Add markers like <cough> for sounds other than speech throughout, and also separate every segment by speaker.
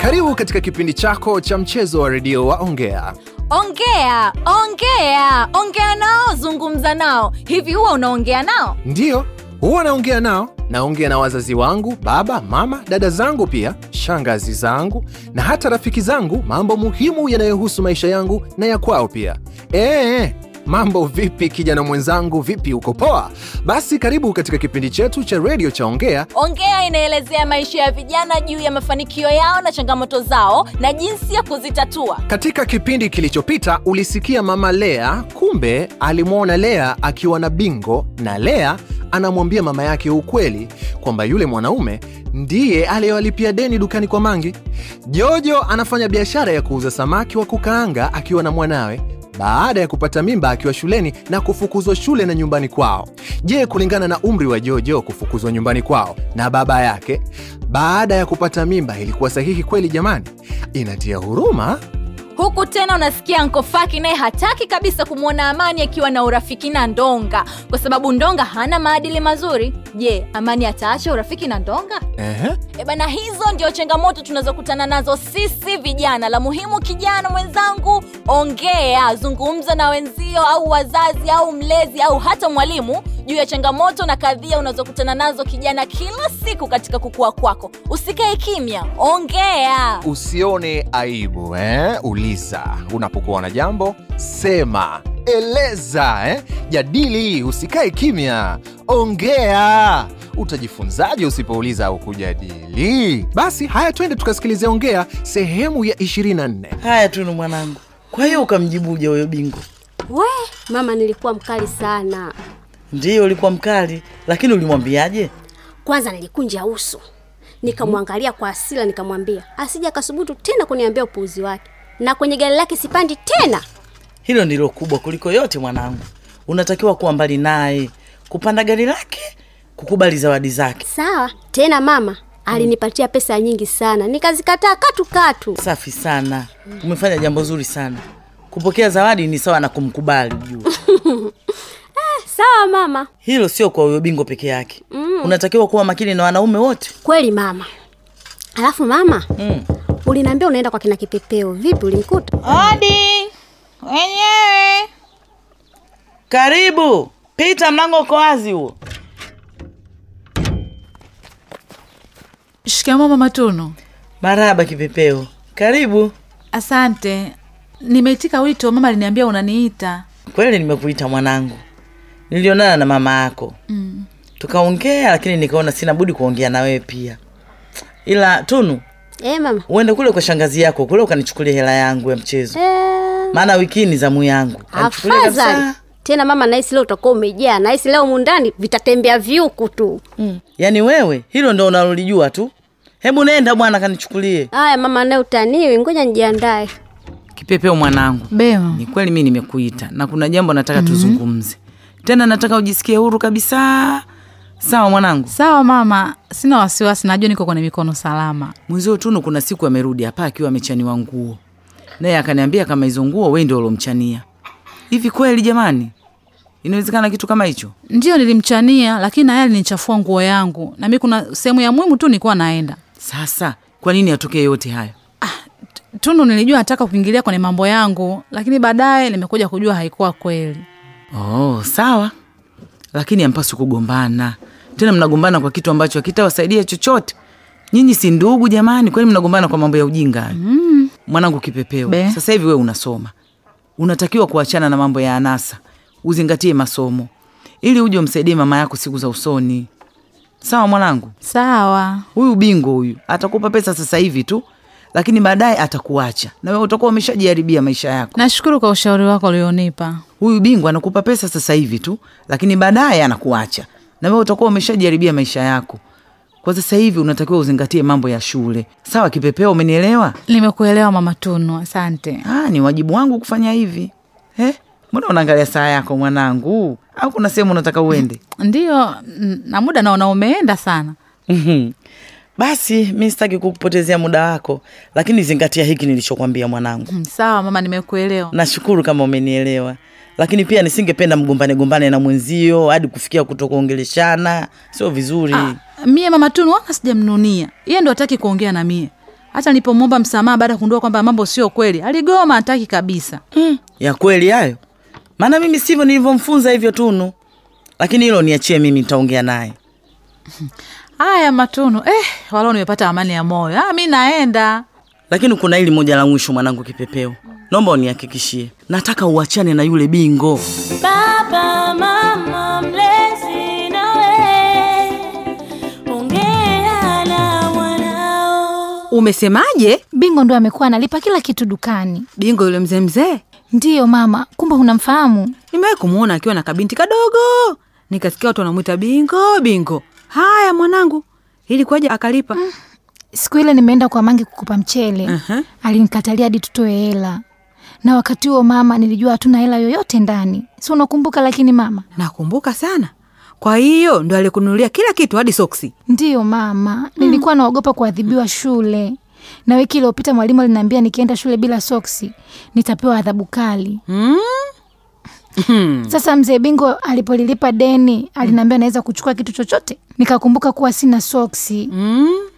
Speaker 1: Karibu katika kipindi chako cha mchezo wa redio wa Ongea.
Speaker 2: Ongea, ongea, ongea nao, zungumza nao. Hivi huwa unaongea nao?
Speaker 1: Ndiyo, huwa naongea nao. Naongea na wazazi wangu, baba, mama, dada zangu, pia shangazi zangu na hata rafiki zangu, mambo muhimu yanayohusu maisha yangu na ya kwao pia. Ee, mambo vipi kijana mwenzangu, vipi, uko poa? Basi karibu katika kipindi chetu cha redio cha Ongea.
Speaker 2: Ongea inaelezea maisha ya vijana juu ya mafanikio yao na changamoto zao na jinsi ya kuzitatua.
Speaker 1: Katika kipindi kilichopita ulisikia mama Lea, kumbe alimwona Lea akiwa na Bingo na Lea anamwambia mama yake ukweli kwamba yule mwanaume ndiye aliyowalipia deni dukani kwa Mangi. Jojo anafanya biashara ya kuuza samaki wa kukaanga akiwa na mwanawe baada ya kupata mimba akiwa shuleni na kufukuzwa shule na nyumbani kwao. Je, kulingana na umri wa Jojo kufukuzwa nyumbani kwao na baba yake baada ya kupata mimba ilikuwa sahihi kweli jamani? Inatia huruma.
Speaker 2: Huku tena unasikia Nkofaki naye hataki kabisa kumwona Amani akiwa na urafiki na Ndonga kwa sababu Ndonga hana maadili mazuri. Je, Amani ataacha urafiki na Ndonga?
Speaker 1: Ehe.
Speaker 2: E bana, hizo ndio changamoto tunazokutana nazo sisi vijana. La muhimu kijana mwenzangu, ongea, zungumza na wenzio au wazazi au mlezi au hata mwalimu juu ya changamoto na kadhia unazokutana nazo kijana kila siku katika kukua kwako. Usikae kimya, ongea.
Speaker 1: Usione aibu eh? Uliza unapokuwa na jambo, sema, eleza eh? Jadili, usikae kimya, ongea. Utajifunzaje usipouliza au kujadili? Basi haya, twende tukasikilize Ongea sehemu ya 24.
Speaker 3: Haya, Tunu mwanangu, kwa hiyo ukamjibuje huyo Bingo?
Speaker 4: We mama, nilikuwa mkali sana.
Speaker 3: Ndiyo, ulikuwa mkali, lakini ulimwambiaje?
Speaker 4: Kwanza nilikunja uso nikamwangalia kwa hasira, nikamwambia asije akasubutu tena kuniambia upuuzi wake, na kwenye gari lake sipandi tena.
Speaker 3: Hilo ndilo kubwa kuliko yote mwanangu, unatakiwa kuwa mbali naye, kupanda gari lake, kukubali zawadi zake.
Speaker 4: Sawa tena mama alinipatia pesa nyingi sana, nikazikataa katu katu.
Speaker 3: Safi sana, umefanya jambo zuri sana. Kupokea zawadi ni sawa na kumkubali, ujue
Speaker 4: Eh, Sawa mama, Mm.
Speaker 3: hilo sio kwa huyo Bingo peke yake. Unatakiwa kuwa makini na wanaume wote.
Speaker 4: kweli mama. Alafu mama,
Speaker 3: Mm.
Speaker 4: uliniambia unaenda kwa kina Kipepeo, vipi ulimkuta?
Speaker 5: Odi wenyewe,
Speaker 3: Karibu, pita, mlango uko wazi huo.
Speaker 6: Shikamoo mama Tunu.
Speaker 3: Maraba Kipepeo, karibu.
Speaker 6: Asante, nimeitika wito. Mama aliniambia unaniita.
Speaker 3: kweli nimekuita mwanangu nilionana na mama yako mm. tukaongea lakini nikaona sina budi kuongea na wewe pia ila tunu
Speaker 4: Eh mama,
Speaker 3: uende kule kwa shangazi yako kule ukanichukulia hela yangu ya mchezo
Speaker 4: eh,
Speaker 3: maana wiki hii ni zamu yangu Kanichukulie
Speaker 4: afadhali
Speaker 3: kabisa.
Speaker 4: tena mama. Nahisi leo utakuwa umejaa, nahisi leo mundani vitatembea vyuku tu.
Speaker 3: mm. yaani wewe hilo ndo unalolijua tu hebu nenda bwana kanichukulie
Speaker 4: Aya mama, naye utaniwi, ngoja nijiandae.
Speaker 7: kipepeo mwanangu
Speaker 6: Bema,
Speaker 7: ni kweli mi nimekuita na kuna jambo nataka
Speaker 6: Mm.
Speaker 7: mm-hmm. tuzungumze tena nataka ujisikie huru kabisa sawa mwanangu
Speaker 6: sawa mama, sina wasiwasi, najua niko kwenye mikono salama.
Speaker 7: mwenzio tunu kuna siku amerudi hapa akiwa amechaniwa nguo naye akaniambia kama hizo nguo we ndio ulomchania hivi kweli jamani inawezekana kitu kama hicho
Speaker 6: Ndiyo nilimchania, lakini naye alinichafua nguo yangu, na mi kuna sehemu ya muhimu tu nilikuwa naenda.
Speaker 7: sasa kwa nini atokee yote hayo
Speaker 6: Tunu nilijua nataka kuingilia kwenye mambo yangu, lakini baadaye nimekuja kujua haikuwa kweli.
Speaker 7: oh sawa lakini ampaswi kugombana tena mnagombana kwa kitu ambacho hakitawasaidia chochote nyinyi si ndugu jamani kwani mnagombana kwa mambo ya ujinga hayo? mwanangu kipepeo
Speaker 6: Be.
Speaker 7: sasa hivi wewe unasoma unatakiwa kuachana na mambo ya anasa uzingatie masomo ili uje umsaidie mama yako siku za usoni sawa mwanangu
Speaker 6: Sawa
Speaker 7: huyu bingo huyu atakupa pesa sasa hivi tu lakini baadaye atakuacha na wewe utakuwa umeshajiharibia maisha yako
Speaker 6: nashukuru kwa ushauri wako ulionipa.
Speaker 7: huyu bingwa anakupa pesa sasa hivi tu lakini baadaye anakuacha na wewe utakuwa umeshajaribia maisha yako kwa sasa hivi unatakiwa uzingatie mambo ya shule sawa kipepeo umenielewa
Speaker 6: Nimekuelewa mama Tunu, asante.
Speaker 7: ah, ni wajibu wangu kufanya hivi eh? mbona unaangalia saa yako mwanangu au kuna sehemu unataka uende
Speaker 6: Ndiyo, n- na muda naona umeenda sana.
Speaker 3: Mhm. <laughs> basi mi sitaki kupotezea muda wako lakini zingatia hiki nilichokwambia mwanangu
Speaker 6: Mm, Sawa mama, nimekuelewa.
Speaker 3: nashukuru kama umenielewa lakini pia nisingependa mgombane gombane na mwenzio hadi kufikia kutokuongeleshana sio vizuri
Speaker 6: Ah, mie mama Tunu wala sijamnunia, yeye ndo hataki kuongea na mie. hata nilipomwomba msamaha baada ya kugundua kwamba mambo sio kweli aligoma hataki kabisa
Speaker 7: mm.
Speaker 3: ya kweli hayo maana mimi sivyo nilivyomfunza hivyo tunu lakini hilo niachie mimi nitaongea naye
Speaker 6: haya matunu eh, walao nimepata amani ya moyo ah, mi naenda
Speaker 3: lakini kuna hili moja la mwisho mwanangu kipepeo naomba unihakikishie nataka uachane na yule bingo
Speaker 8: Baba, mama, mlezi nawe, ongea na mwanao.
Speaker 9: umesemaje
Speaker 10: bingo ndo amekuwa analipa kila kitu dukani
Speaker 9: bingo yule mzee mzee
Speaker 10: ndiyo mama kumbe unamfahamu
Speaker 9: nimewahi kumwona akiwa na kabinti kadogo nikasikia watu wanamwita bingo bingo haya mwanangu ili kwaje akalipa mm.
Speaker 10: siku ile nimeenda kwa mangi kukupa mchele
Speaker 9: Aha.
Speaker 10: alinikatalia hadi tutoe hela na wakati huo mama nilijua hatuna hela yoyote ndani si unakumbuka lakini mama
Speaker 9: nakumbuka sana kwa hiyo ndo alikununulia kila kitu hadi soksi
Speaker 10: ndiyo
Speaker 9: Hmm.
Speaker 10: mama nilikuwa naogopa kuadhibiwa shule na wiki iliyopita mwalimu aliniambia nikienda shule bila soksi nitapewa adhabu kali
Speaker 9: Hmm?
Speaker 8: Mm.
Speaker 10: sasa mzee bingo alipolilipa deni aliniambia naweza kuchukua kitu chochote nikakumbuka kuwa sina soksi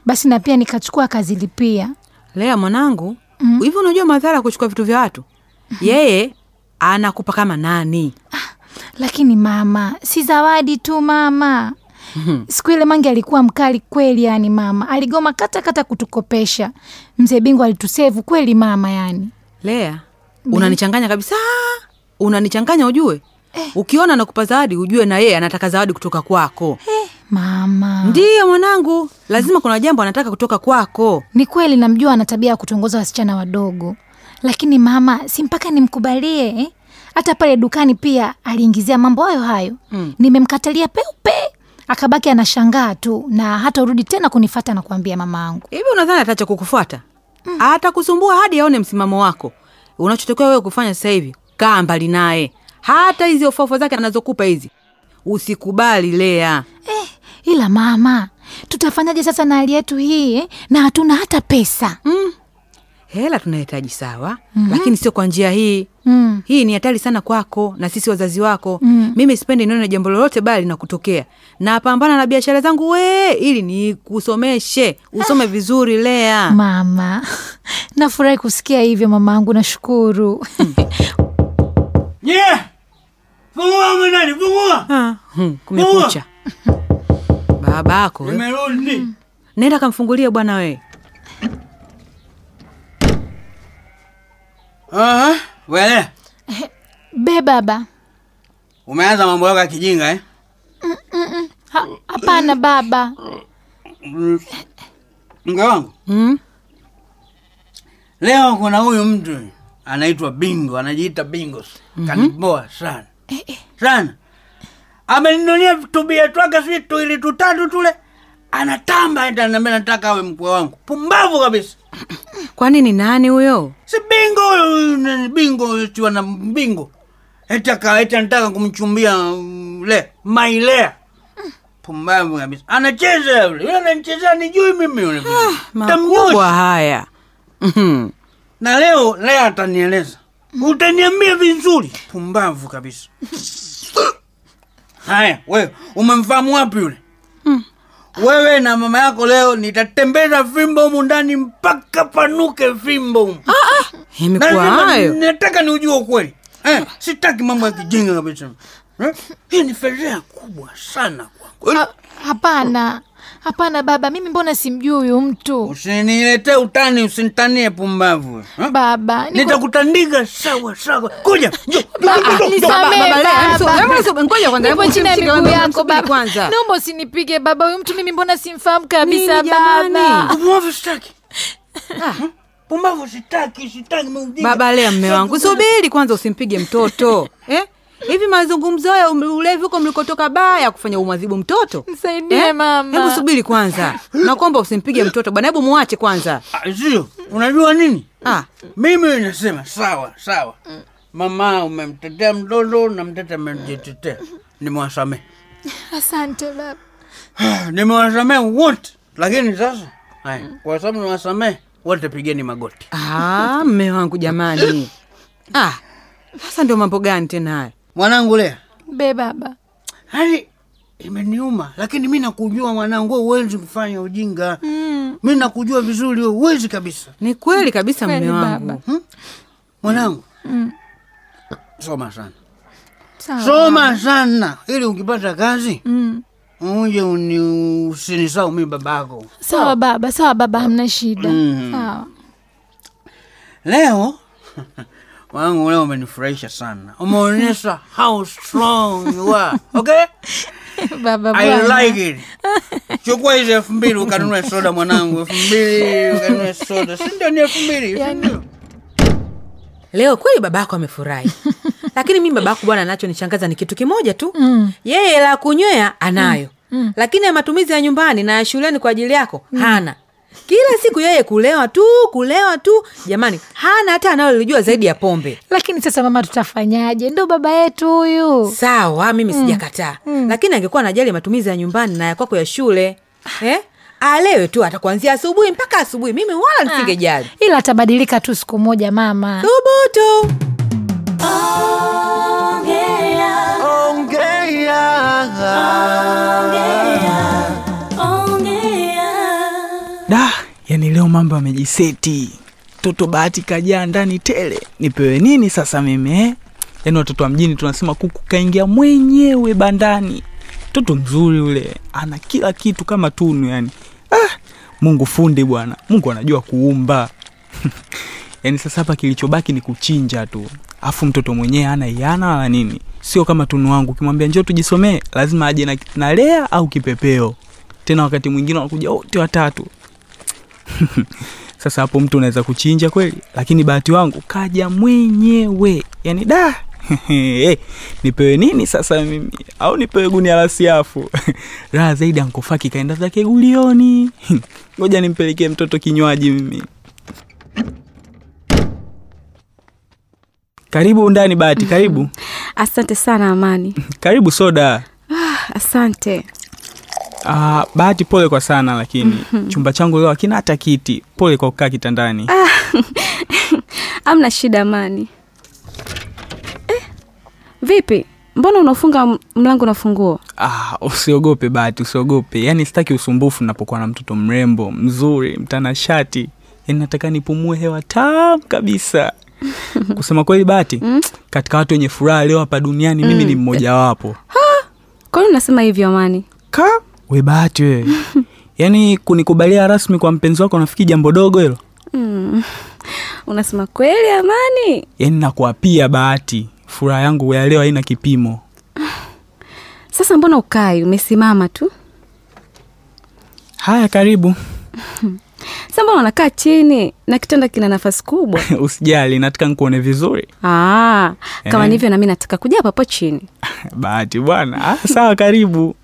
Speaker 10: basi na pia nikachukua akazilipia Mm.
Speaker 9: lea mwanangu hivyo unajua madhara ya kuchukua vitu vya watu Mm-hmm. yeye anakupa kama nani
Speaker 10: lakini mama si zawadi tu mama siku ile mange alikuwa mkali kweli yani mama aligoma kata kata kutukopesha mzee bingo alitusevu kweli mama yani
Speaker 9: lea unanichanganya kabisa unanichanganya ujue eh. ukiona anakupa zawadi ujue na yeye anataka zawadi kutoka kwako eh.
Speaker 10: mama
Speaker 9: ndiyo mwanangu lazima kuna jambo anataka kutoka kwako
Speaker 10: ni kweli namjua ana tabia ya kutongoza wasichana wadogo lakini mama si mpaka nimkubalie eh? hata pale dukani pia aliingizia mambo hayo hayo mm. nimemkatalia peupe akabaki anashangaa tu na hata urudi tena kunifata na kuambia mama angu
Speaker 9: hivi unadhani atacha kukufuata mm. atakusumbua hadi aone msimamo wako unachotakiwa wewe kufanya sasa hivi kaa mbali naye hata hizi ofofo zake anazokupa hizi usikubali lea
Speaker 10: eh, ila mama tutafanyaje sasa na hali yetu hii eh? na hatuna hata pesa mm.
Speaker 9: hela tunahitaji sawa mm-hmm. lakini sio kwa njia hii mm. hii ni hatari sana kwako na sisi wazazi wako mm. mimi sipendi nione jambo lolote baya linakutokea napambana na biashara zangu wee ili nikusomeshe usome vizuri
Speaker 10: Ah.
Speaker 9: lea
Speaker 10: mama nafurahi kusikia hivyo mama angu nashukuru
Speaker 11: Nye! Fungua mwanani, fungua!
Speaker 9: Ah, hmm, kumekucha babako we.
Speaker 11: Nimerudi.
Speaker 9: Hmm. nenda kamfungulie bwana wewe
Speaker 11: Aha, wele.
Speaker 10: <laughs> be baba
Speaker 11: Umeanza mambo yako ya kijinga eh?
Speaker 10: Mm, Ha- hapana baba
Speaker 11: Mke wangu.
Speaker 9: mm?
Speaker 11: Leo kuna huyu mtu anaitwa Bingo, anajiita Bingo. Kaniboa sana. Sana. Ameninunia vitubia twake sijui tuili tutatu tule. Anatamba eti ananiambia nataka awe mkwe wangu. Pumbavu kabisa.
Speaker 9: kwa nini nani huyo
Speaker 11: si bingo huyu, nani, bingo huyu, si wana bingo eti aka- eti anataka kumchumbia mm, le mailea pumbavu kabisa anacheza yule yule ananichezea nijui mimi yule
Speaker 9: Ah, makubwa haya Mhm.
Speaker 11: na leo leo atanieleza utaniambia vizuri pumbavu
Speaker 9: <laughs>
Speaker 11: kabisa haya wewe umemfahamu wapi yule wewe na mama yako leo nitatembeza fimbo humu ndani mpaka panuke fimbo humu
Speaker 9: Ah, imekuwa
Speaker 11: Lazima
Speaker 9: hayo
Speaker 11: nataka niujue ukweli eh, sitaki mambo ya kijinga kabisa eh? hii ni fedhea kubwa sana kwangu
Speaker 9: Ah.
Speaker 10: Ha- hapana hapana baba mimi mbona simjui huyu mtu
Speaker 11: usiniletee utani usinitanie pumbavu eh?
Speaker 10: baba niko-
Speaker 11: nitakutandika sawa sawa
Speaker 9: <laughs>
Speaker 11: kuja njoo,
Speaker 10: Baba, nisamee,
Speaker 9: Baba, Lea,
Speaker 10: baba.
Speaker 9: mso- hebu mso- ngoja kwanza,
Speaker 10: Nipo
Speaker 9: hebu
Speaker 10: chini ya
Speaker 9: mshike
Speaker 10: miguu
Speaker 9: wewe,
Speaker 10: yako
Speaker 9: msubiri
Speaker 10: baba.
Speaker 9: kwanza.
Speaker 10: naomba usinipige baba huyu mtu mimi mbona simfahamu kabisa
Speaker 9: Nini jamani? Ah.
Speaker 10: baba
Speaker 11: pumbavu sitaki Eh? pumbavu sitaki sitaki mimi ujinga.
Speaker 9: baba lea mme wangu
Speaker 11: Sitaki.
Speaker 9: subiri kwanza usimpige
Speaker 11: <laughs>
Speaker 9: mtoto eh? hivi mazungumzo haya um- ulevi huko mlikotoka baya kufanya umwadhibu mtoto Eh?
Speaker 10: Nisaidie, mama.
Speaker 9: hebu subiri kwanza nakwamba usimpige mtoto bwana hebu muache kwanza
Speaker 11: Ah, sio unajua nini
Speaker 9: ah.
Speaker 11: mimi nasema sawa sawa mama umemtetea mtoto na mtoto amejitetea nimewasamehe
Speaker 10: asante baba
Speaker 11: nimewasamehe wote lakini sasa haya, kwa sababu niwasamehe wote pigeni magoti
Speaker 9: Ah, mme wangu jamani ah, sasa ndio mambo gani tena haya
Speaker 11: mwanangu lea
Speaker 10: be baba
Speaker 11: Yaani, yani imeniuma lakini mi nakujua mwanangu wewe huwezi kufanya ujinga mm. mi nakujua vizuri we uwezi kabisa
Speaker 9: ni kweli kabisa
Speaker 11: Kweli
Speaker 9: mme
Speaker 11: baba.
Speaker 9: wangu
Speaker 11: Hmm? mwanangu soma sana
Speaker 9: Sawa.
Speaker 11: soma sana ili ukipata kazi uje uni- usinisau mi babako
Speaker 10: sawa baba sawa baba hamna shida
Speaker 11: Mm.
Speaker 10: sawa
Speaker 11: leo mwanangu leo umenifurahisha sana
Speaker 9: <laughs>
Speaker 11: umeonyesha how strong you are okay
Speaker 6: <laughs> baba
Speaker 11: I
Speaker 6: bwana.
Speaker 11: like it chukua hizi elfu mbili ukanunue soda mwanangu elfu mbili ukanunue soda si ndio ni elfu mbili
Speaker 12: leo kweli babako amefurahi <laughs> lakini mi babako bwana anacho nishangaza ni kitu kimoja tu
Speaker 6: Hmm.
Speaker 12: mm. yeye la kunywea anayo mm. Mm. lakini ya matumizi ya nyumbani na ya shuleni kwa ajili yako mm. hana kila siku yeye kulewa tu kulewa tu jamani hana hata analolijua zaidi ya pombe
Speaker 10: lakini sasa mama tutafanyaje ndo baba yetu huyu
Speaker 12: sawa mimi
Speaker 10: Mm.
Speaker 12: sijakataa lakini angekuwa anajali matumizi ya nyumbani na ya kwako ya shule eh? alewe tu atakuanzia asubuhi mpaka asubuhi mimi
Speaker 10: Ah.
Speaker 12: wala nisingejali
Speaker 10: ila atabadilika tu siku moja mama
Speaker 12: thubutu
Speaker 7: da yani leo mambo amejiseti toto bahati kajaa ndani tele nipewe nini sasa mimi eh? yaani watoto wa mjini tunasema kuku kaingia mwenyewe bandani toto mzuri ule ana kila kitu kama tunu yani ah, mungu fundi bwana mungu anajua kuumba <laughs> yaani sasa hapa kilichobaki ni kuchinja tu afu mtoto mwenyewe ana iana wala nini sio kama tunu wangu ukimwambia njoo tujisomee lazima aje na, na lea au kipepeo tena wakati mwingine wanakuja wote watatu <laughs> sasa hapo mtu unaweza kuchinja kweli lakini bahati wangu kaja mwenyewe yani da <laughs> Eh, nipewe nini sasa mimi au nipewe gunia la siafu <laughs> raha zaidi ankofaki kaenda zake gulioni <laughs> ngoja nimpelekee mtoto kinywaji mimi karibu undani bahati karibu
Speaker 13: asante sana amani
Speaker 7: karibu soda
Speaker 13: Ah, asante
Speaker 7: uh, bahati pole kwa sana lakini chumba changu leo hakina hata kiti pole kwa kukaa kitandani
Speaker 13: amna shida amani Eh, vipi mbona unafunga m- mlango na funguo
Speaker 7: Ah, usiogope bahati usiogope yaani sitaki usumbufu napokuwa na mtoto mrembo mzuri mtanashati yaani nataka nipumue hewa tamu kabisa kusema kweli bahati katika watu wenye furaha leo hapa duniani mimi ni mmojawapo
Speaker 13: kwa nini unasema hivyo amani
Speaker 7: ka we bahati wewe yaani kunikubalia rasmi kwa mpenzi wako nafikiri jambo dogo hilo
Speaker 13: mm. unasema kweli amani
Speaker 7: yaani nakuapia bahati furaha yangu ya leo haina kipimo
Speaker 13: sasa mbona ukai umesimama tu
Speaker 7: haya karibu <laughs>
Speaker 13: sasa mbona unakaa chini na kitanda kina nafasi kubwa
Speaker 7: usijali nataka nikuone vizuri
Speaker 13: ah, kama
Speaker 7: Eh.
Speaker 13: nivyo nami nataka kuja papo chini
Speaker 7: bahati bwana ah, sawa karibu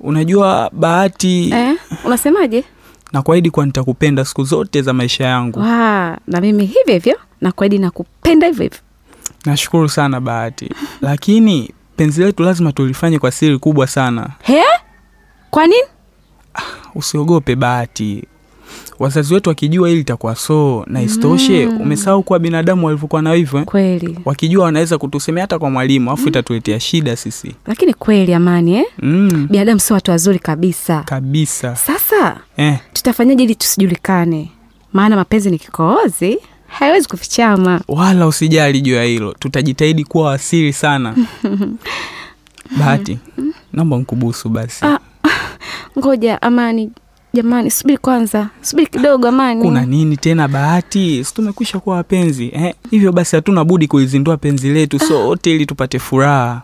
Speaker 7: unajua bahati
Speaker 13: eh, unasemaje
Speaker 7: nakuahidi kuwa nitakupenda siku zote za maisha yangu
Speaker 13: Wa, Ah, na mimi hivyo hivyo nakuahidi nakupenda hivyo hivyo
Speaker 7: nashukuru sana bahati lakini penzi letu lazima tulifanye kwa siri kubwa sana
Speaker 13: he kwa nini
Speaker 7: usiogope bahati wazazi wetu wakijua hili itakuwa soo na istoshe
Speaker 13: Mm.
Speaker 7: umesahau kuwa binadamu walivyokuwa na hivyo eh?
Speaker 13: kweli Mm.
Speaker 7: wakijua wanaweza kutusemea hata kwa mwalimu afu itatuletea shida sisi
Speaker 13: lakini kweli amani eh?
Speaker 7: mm,
Speaker 13: binadamu sio watu wazuri kabisa
Speaker 7: kabisa
Speaker 13: sasa
Speaker 7: eh.
Speaker 13: tutafanyaje ili tusijulikane maana mapenzi ni kikoozi haiwezi kufichama
Speaker 7: wala usijali juu ya hilo tutajitahidi kuwa wasiri
Speaker 13: <laughs>
Speaker 7: sana bahati naomba nkubusu basi
Speaker 13: Ah, ngoja amani jamani subiri kwanza subiri kidogo amani
Speaker 7: kuna nini tena bahati si tumekwisha kuwa wapenzi eh? hivyo basi hatuna budi kulizindua penzi letu
Speaker 13: Ah.
Speaker 7: sote ili tupate furaha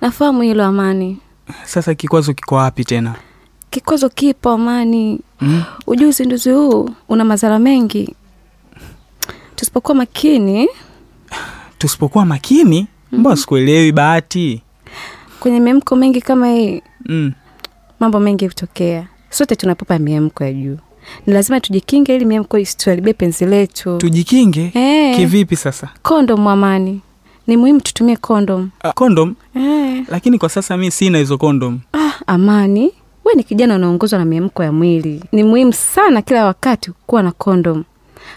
Speaker 13: nafahamu hilo amani
Speaker 7: sasa kikwazo kiko wapi tena
Speaker 13: kikwazo kipo amani
Speaker 7: mm?
Speaker 13: ujuu uzinduzi huu una madhara mengi tusipokuwa makini
Speaker 7: tusipokuwa makini
Speaker 13: Mm-hmm.
Speaker 7: mbona sikuelewi bahati
Speaker 13: kwenye miemko mengi kama hii
Speaker 7: mm.
Speaker 13: mambo mengi hutokea sote tunapopa miemko ya juu ni lazima tujikinge ili miemko isituharibie penzi letu
Speaker 7: tujikinge
Speaker 13: Eh.
Speaker 7: kivipi sasa
Speaker 13: kondom amani ni muhimu tutumie kondom
Speaker 7: ah, kondom
Speaker 13: eh.
Speaker 7: lakini kwa sasa mi sina hizo kondom
Speaker 13: ah, amani we ni kijana unaongozwa na miemko ya mwili ni muhimu sana kila wakati kuwa na kondom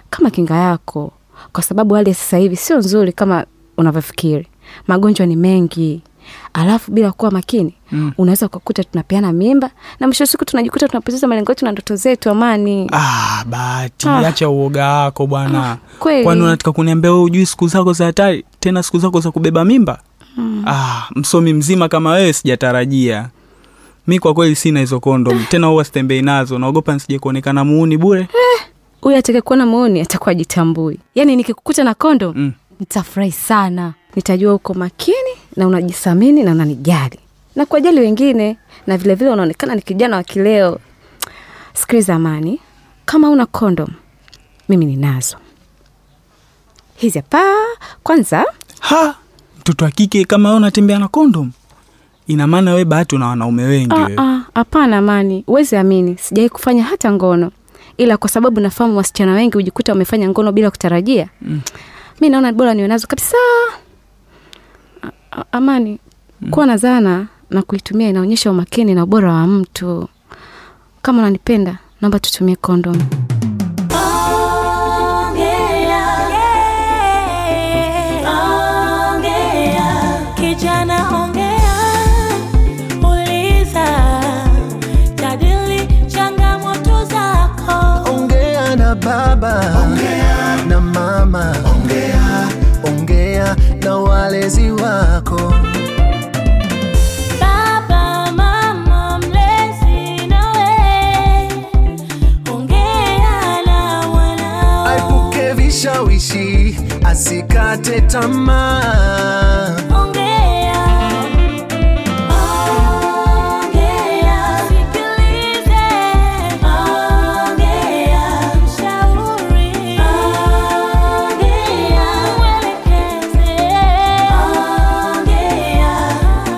Speaker 13: kama kinga yako kwa sababu hali ya sasa hivi sio nzuri kama unavyofikiri magonjwa ni mengi alafu bila kuwa makini
Speaker 7: Mm.
Speaker 13: unaweza ukakuta tunapeana mimba na mwisho wa siku tunajikuta tunapoteza malengo yetu na ndoto zetu amani
Speaker 14: ah, bahati
Speaker 13: Ah.
Speaker 14: acha uoga wako bwana
Speaker 13: kweli.
Speaker 14: kwani unataka kuniambia wewe ujui siku zako za hatari tena siku zako za kubeba mimba
Speaker 13: Mm.
Speaker 14: ah, msomi mzima kama wewe sijatarajia mi kwa kweli sina hizo kondom tena huwa sitembei nazo naogopa nsije kuonekana muuni bure
Speaker 13: Eh. huyu atakaekuona maoni atakuwa jitambui yaani nikikukuta na kondo mm. nitafurahi sana nitajua uko makini na unajithamini na unanijali na kuwajali wengine na vilevile vile unaonekana ni kijana wa kileo sikiliza amani kama una kondom mimi ninazo hizi hapa kwanza Ah,
Speaker 14: ha mtoto wa kike kama wewe unatembea na kondom ina maana wewe bahati una wanaume wengi
Speaker 13: Ah,
Speaker 14: wewe.
Speaker 13: ah, hapana amani uwezi amini sijawai kufanya hata ngono ila kwa sababu nafahamu wasichana wengi hujikuta wamefanya ngono bila kutarajia
Speaker 14: Mm.
Speaker 13: mi naona bora niwe nazo kabisa A- a- amani kuwa na zana na kuitumia inaonyesha umakini na ubora wa mtu kama unanipenda naomba tutumie kondomu
Speaker 8: Ongea, kijana ongea, uliza, jadili changamoto zako.
Speaker 1: ongea na baba ongea. na mama ongea. ongea na walezi wako
Speaker 8: Baba, mama, mlezi nawe, ongea na wanao.
Speaker 1: aepuke vishawishi asikate tamaa
Speaker 8: Ongea, ongea, sikilize. Ongea, shauri. Ongea, uelekeze. Ongea,
Speaker 2: Eh,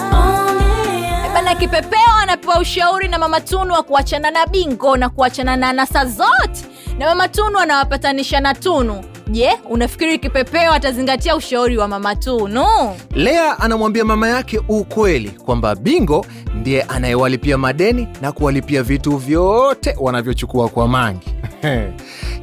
Speaker 2: Bana Kipepeo anapewa ushauri na Mama Tunu wa kuachana na Bingo na kuachana na anasa zote, na Mama Tunu anawapatanisha na Tunu. Je, unafikiri Kipepeo atazingatia ushauri wa Mama Tunu?
Speaker 1: lea anamwambia mama yake ukweli kwamba bingo ndiye anayewalipia madeni na kuwalipia vitu vyote wanavyochukua kwa mangi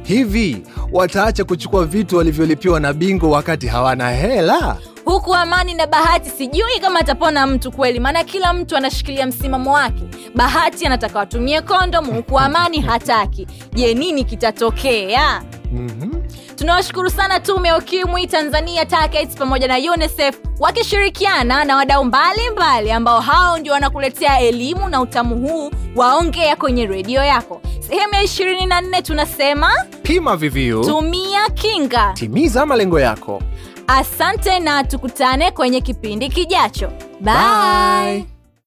Speaker 1: hivi wataacha kuchukua vitu walivyolipiwa na bingo wakati hawana hela
Speaker 2: Huku Amani na Bahati sijui kama atapona mtu kweli, maana kila mtu anashikilia msimamo wake. Bahati anataka watumie kondom, huku Amani hataki. Je, nini kitatokea?
Speaker 1: Mhm.
Speaker 2: tunawashukuru sana tume ya ukimwi tanzania TACAIDS pamoja na unicef wakishirikiana na wadau mbalimbali ambao hao ndio wanakuletea elimu na utamu huu waongea kwenye redio yako sehemu ya 24 tunasema
Speaker 1: pima viviu
Speaker 2: tumia kinga
Speaker 1: timiza malengo yako
Speaker 2: asante na tukutane kwenye kipindi kijacho bye, bye.